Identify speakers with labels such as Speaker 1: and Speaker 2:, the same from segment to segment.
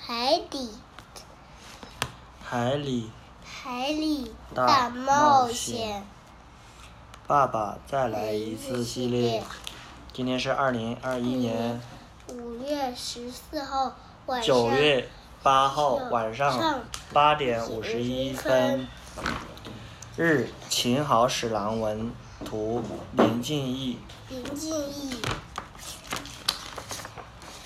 Speaker 1: 海底
Speaker 2: 海里
Speaker 1: 海里
Speaker 2: 大
Speaker 1: 大
Speaker 2: 冒
Speaker 1: 冒
Speaker 2: 险
Speaker 1: 险
Speaker 2: 爸爸再来一次系列。今天是二零二一年
Speaker 1: 五月十四号晚上
Speaker 2: 九月八号晚上
Speaker 1: 上
Speaker 2: 八点五十一分。日秦好史郎文图林静逸，
Speaker 1: 林静逸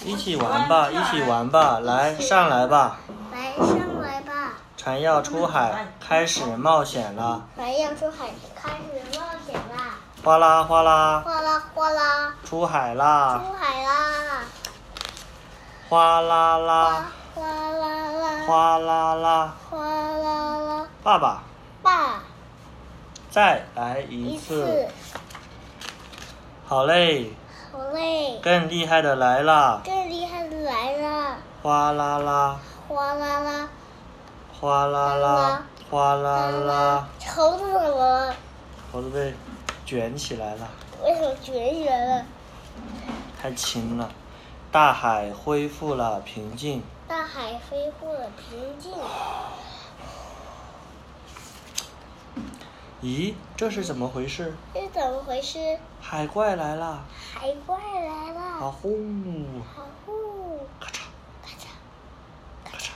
Speaker 2: 一起玩吧，一起玩吧，来上来吧，
Speaker 1: 来上来吧，
Speaker 2: 船要出海，开始冒险了，
Speaker 1: 来要出海开始冒险啦！
Speaker 2: 哗啦哗啦，
Speaker 1: 哗啦哗啦，
Speaker 2: 出海啦，
Speaker 1: 出海啦！
Speaker 2: 哗啦
Speaker 1: 哗
Speaker 2: 啦，
Speaker 1: 哗啦啦，
Speaker 2: 哗啦啦，
Speaker 1: 哗啦啦，
Speaker 2: 爸爸
Speaker 1: 爸
Speaker 2: 再来一
Speaker 1: 一
Speaker 2: 次
Speaker 1: 次，，
Speaker 2: 好嘞，
Speaker 1: 好嘞，
Speaker 2: 更厉害的来了，
Speaker 1: 更厉害的来了！
Speaker 2: 哗啦啦，
Speaker 1: 哗啦啦，
Speaker 2: 哗啦啦，哗啦啦，，
Speaker 1: 猴子怎么了？
Speaker 2: 猴子被卷起来了。
Speaker 1: 为什么卷起来了？
Speaker 2: 太轻了。大海恢复了平静，
Speaker 1: 大海恢复了平静。
Speaker 2: 咦，这是怎么回事？
Speaker 1: 这是怎么回事？
Speaker 2: 海怪来了！
Speaker 1: 海怪来
Speaker 2: 啊
Speaker 1: 了！
Speaker 2: 呼，
Speaker 1: 好酷！
Speaker 2: 咔嚓，
Speaker 1: 咔嚓
Speaker 2: 咔嚓，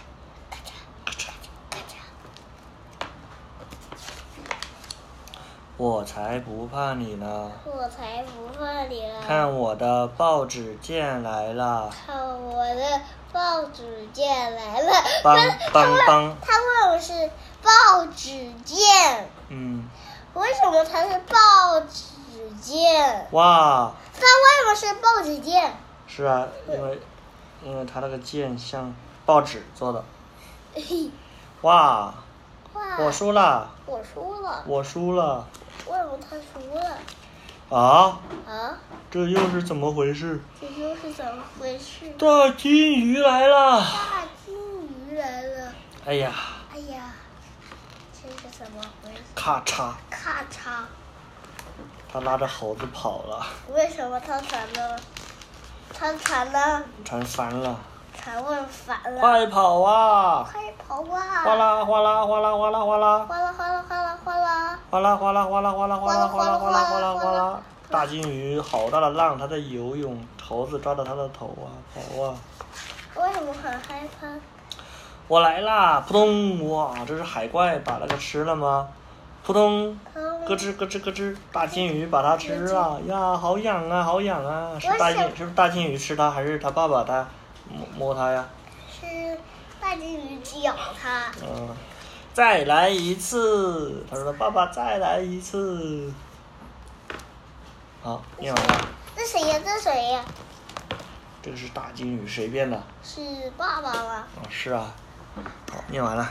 Speaker 1: 咔嚓
Speaker 2: 咔嚓！
Speaker 1: 咔嚓！
Speaker 2: 我才不怕你呢！
Speaker 1: 我才不怕你了！
Speaker 2: 看啊我的报纸剑来了！
Speaker 1: 看我的报纸剑来了！
Speaker 2: 梆
Speaker 1: 他他
Speaker 2: 梆
Speaker 1: 问
Speaker 2: 梆
Speaker 1: 他问我是报纸剑，
Speaker 2: 嗯，
Speaker 1: 为什么它是报纸剑？
Speaker 2: 哇，
Speaker 1: 它为什么是报纸剑？
Speaker 2: 是啊，因为因为它那个剑像报纸做的。
Speaker 1: 嘿嘿
Speaker 2: 哇，
Speaker 1: 哇！
Speaker 2: 我输了，
Speaker 1: 我输了，
Speaker 2: 我输了
Speaker 1: 为什么他输了？
Speaker 2: 啊！
Speaker 1: 啊？
Speaker 2: 这又是怎么回事？
Speaker 1: 这又是怎么回事？
Speaker 2: 大金鱼来了！
Speaker 1: 大金鱼来了！
Speaker 2: 哎呀，
Speaker 1: 哎呀，这是怎么回事？
Speaker 2: 咔嚓，
Speaker 1: 咔嚓！
Speaker 2: 他拉着猴子跑了，
Speaker 1: 为什么他船呢？他船呢？
Speaker 2: 船翻了，
Speaker 1: 船问反了！
Speaker 2: 快跑啊！
Speaker 1: 快跑啊！
Speaker 2: 哗！啦哗啦哗啦哗啦哗啦
Speaker 1: 哗啦哗啦哗啦哗啦！
Speaker 2: 哗啦哗啦哗啦哗啦哗啦哗啦哗啦哗啦哗啦！大金鱼好大的浪，它在游泳，猴子抓着它的头啊，跑啊！
Speaker 1: 为什么很害怕？
Speaker 2: 我来啦！扑通！哇，这是海怪把那个吃了吗？扑通！咯
Speaker 1: 咯
Speaker 2: 吱咯吱咯吱，大金鱼把它吃了呀，好痒啊，好痒啊！是
Speaker 1: 我
Speaker 2: 大金
Speaker 1: 想
Speaker 2: 是不是大金鱼吃它，还是它爸爸它摸摸它呀？
Speaker 1: 是大金鱼咬它。
Speaker 2: 嗯，再来一次，他说爸爸再来一次。好，念完了。
Speaker 1: 这谁呀？这谁呀？
Speaker 2: 这个是大金鱼，谁变的？嗯
Speaker 1: 是爸爸吗？
Speaker 2: 哦，是啊。好，念完了。